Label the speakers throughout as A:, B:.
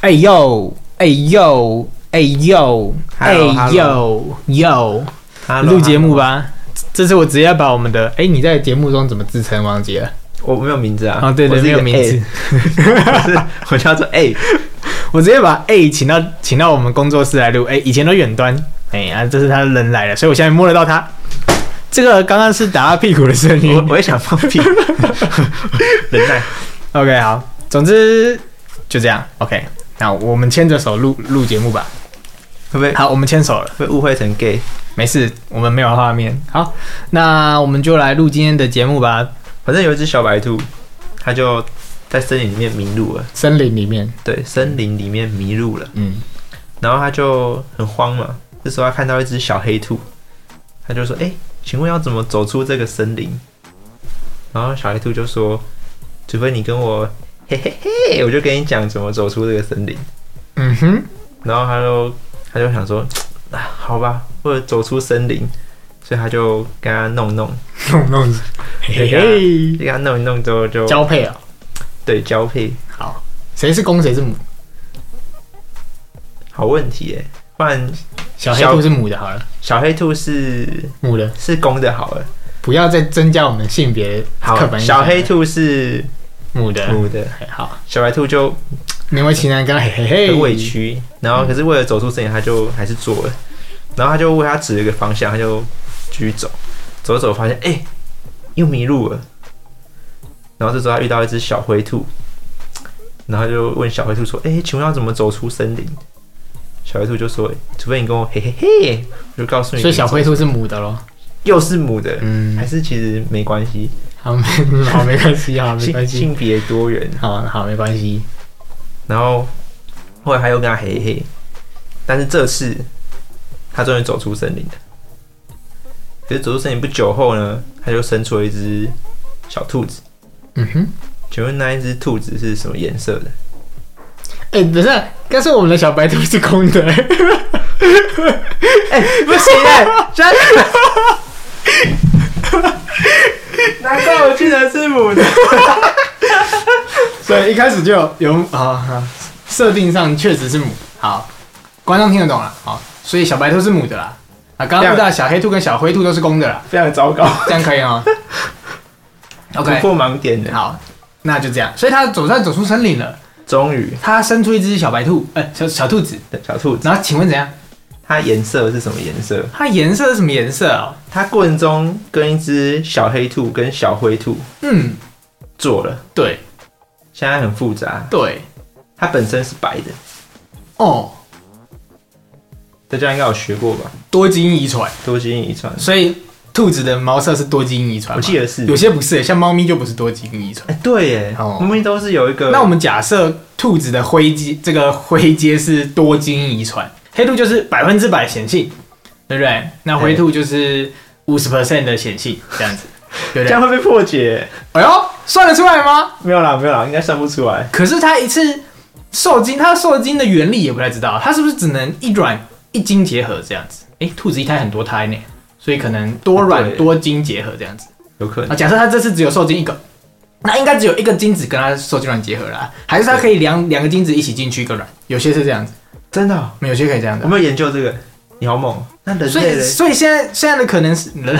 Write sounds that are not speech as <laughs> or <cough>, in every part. A: 哎呦，哎呦，哎呦，哎
B: Hello,
A: 呦
B: hello
A: 呦，
B: Hello，
A: 录节目吧。这次我直接把我们的哎你在节目中怎么自称忘记了？
B: hello，我没有名字啊。
A: 啊，对对，
B: 我是
A: 没
B: 一个
A: 有名字，
B: A，我是我叫做 A。
A: 我直接把 A 请到请到我们工作室来录。哎，以前都远端，哎啊，这是他人来了，所以我现在摸得到他。这个刚刚是打他屁股的声音
B: 我。我也想放
A: <laughs>
B: 屁。人在
A: OK，好，总之就这样。OK，那我们牵着手录录节目吧。
B: 会不会
A: 好，我们牵手了，
B: 会误会成 gay？
A: 没事，我们没有画面。好，那我们就来录今天的节目吧。
B: 反正有一只小白兔，它就在森林里面迷路了。
A: 森林里面，
B: 对，森林里面迷路了，
A: 嗯，
B: 然后它就很慌嘛。这时候它看到一只小黑兔，它就说：“哎、请问要怎么走出这个森林？”然后小黑兔就说：“除非你跟我嘿嘿嘿，我就跟你讲怎么走出这个森林。”
A: 嗯 <laughs> 哼，
B: 然后他就他就想说，啊，好吧，或者走出森林，所以他就跟他弄一弄，
A: 弄弄，嘿嘿，
B: 就跟他弄一弄之后就
A: 交配啊、
B: 对交配，
A: 好，谁是公谁是母？
B: 好问题耶，不然
A: 小黑兔是母的，好了，
B: 小黑兔是
A: 母的，
B: 是公的好了，
A: 不要再增加我们性别刻
B: 好，
A: 板印象
B: 小黑兔是
A: 母的，
B: 母的，
A: 嘿好，
B: 小白兔就
A: 勉为其难跟他嘿嘿嘿，
B: 很委屈，然后可是为了走出森林，他
A: 嗯
B: 就还是做了，然后他就为他指了一个方向，他就继续走，走着走着发现哎、又迷路了，然后这时候他遇到一只小灰兔，然后他就问小灰兔说，哎、请问要怎么走出森林？小灰兔就说，除非你跟我嘿嘿嘿，我就告诉你，
A: 所以小灰兔是母的咯。
B: 又是母的，还
A: 嗯，
B: 是其实没关系，
A: 好，没好，没关系，好，没
B: 性
A: 关 <laughs> 系，
B: 性别多元，
A: 好好，没关系。
B: 然后后来他又跟他嘿嘿，但是这次他终于走出森林了。可是走出森林不久后呢，他就生出了一只小兔子。
A: 嗯哼。
B: 请问那一只兔子是什么颜色的？
A: 哎、等一下，刚才我们的小白兔是空的、
B: 哎、不行哎、真的。 <laughs> 难怪我记得是母的。
A: 所以一开始就有有啊，好设定上确实是母。好，观众听得懂了。好，所以小白兔是母的啦。啊，刚刚遇到小黑兔跟小灰兔都是公的啦，
B: 非常糟糕
A: 这样可以 <laughs> 吗
B: 突
A: ？OK，
B: 破盲点的。
A: 好，那就这样。所以它总算走出森林了，
B: 终于，
A: 它生出一只小白兔，哎、小小兔子。
B: 小兔子
A: 然后请问怎样？
B: 它颜色是什么颜色？
A: 它颜色是什么颜色啊、
B: 它过程中跟一只小黑兔跟小灰兔
A: 嗯，
B: 做了，
A: 对
B: 现在很复杂。
A: 对，
B: 它本身是白的，
A: 哦，
B: 大家应该有学过吧？
A: 多基因遗传，
B: 多基因遗传，
A: 所以兔子的毛色是多基因遗传
B: 我
A: 嘛。
B: 记得是
A: 有。些不是，像猫咪就不是多基因遗传。
B: 哎、对耶，
A: 哦
B: 我们都是有一个。
A: 那我们假设兔子的灰阶，这个灰阶是多基因遗传，黑兔就是百分之百显性，对不对？那灰兔就是五十 percent 的显性，这
B: <laughs>
A: 样子，对不
B: 这
A: 对
B: 样？会被破解？
A: 哎呦，算得出来吗？
B: 没有啦，没有啦，应该算不出来。
A: 可是它一次受精，它受精的原理也不太知道，它是不是只能一卵一精结合这样子？哎，兔子一胎很多胎呢，所以可能多卵
B: 对
A: 多精结合这样子。
B: 有可能
A: 啊，假设他这次只有受精一个，那应该只有一个精子跟他受精卵结合啦，还是他可以两两个精子一起进去一个卵？有些是这样子，
B: 真的哦、
A: 有些可以这样
B: 我
A: 的。
B: 没有研究这个，你好猛。那人
A: 所
B: 类
A: 以，
B: 嘞
A: 所以现在现在的可能是人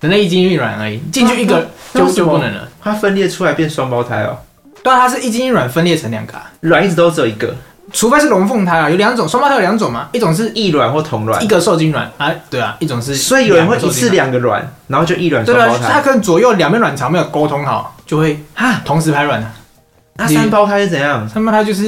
A: 人类一精一卵而已，进去一个
B: 啊那那
A: 就
B: 为什
A: 就
B: 么
A: 不能了。
B: 它分裂出来变双胞胎哦，
A: 对啊，它是一精一卵分裂成两个、啊，
B: 卵一直都只有一个，
A: 除非是龙凤胎啊，有两种，双胞胎有两种嘛，一种是
B: 异卵或同卵
A: 一。个受精卵啊，对啊，一种是
B: 所以有人会一次
A: 两
B: 两个卵，然后就异卵
A: 个受精
B: 双
A: 卵对
B: 胞
A: 啊，它
B: 胎。
A: 可能左右两边卵巢没有沟通好，就会
B: 哈，
A: 同时排卵啊。
B: 那三胞胎是
A: <laughs>
B: 怎样？
A: 他们它
B: <laughs>
A: 就是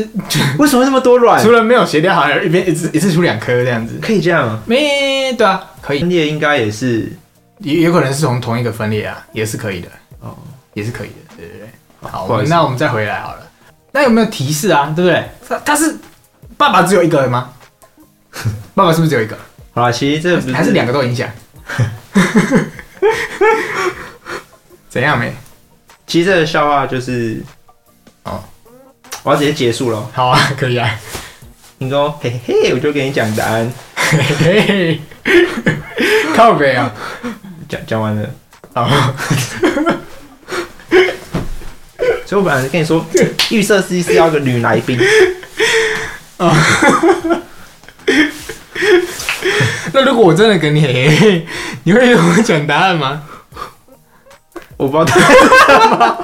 B: 为什么会那么多卵
A: 除？了没有协调好，还有一边一次一次出两颗这样子。
B: 可以这样？
A: 没对啊，可以，
B: 分裂应该也是
A: 也有可能是从同一个分裂啊，也是可以的，
B: 哦，
A: 也是可以的，对对对。哦好，
B: 不
A: 我
B: 好意
A: 们
B: 思
A: 那我们再回来好了。那有没有提示啊？对不对？他他是爸爸只有一个 <laughs> 吗？爸爸是不是只有一个？
B: 好啦，其实这个不
A: 还是两个都影 <laughs> 响？怎样没？
B: 其实这个笑话就是，
A: 哦，
B: 我要直接结束了。
A: 好啊，可以啊。
B: 你跟我嘿嘿嘿，我就给你讲答案，
A: 嘿嘿嘿 <laughs> 靠北啊！
B: 讲讲完了。
A: 好，
B: 所以我本来跟你说，预设司机是要个女来宾，
A: 那如果我真的跟你嘿嘿嘿，你 <laughs> 会跟我讲答案吗？
B: 我不知道他。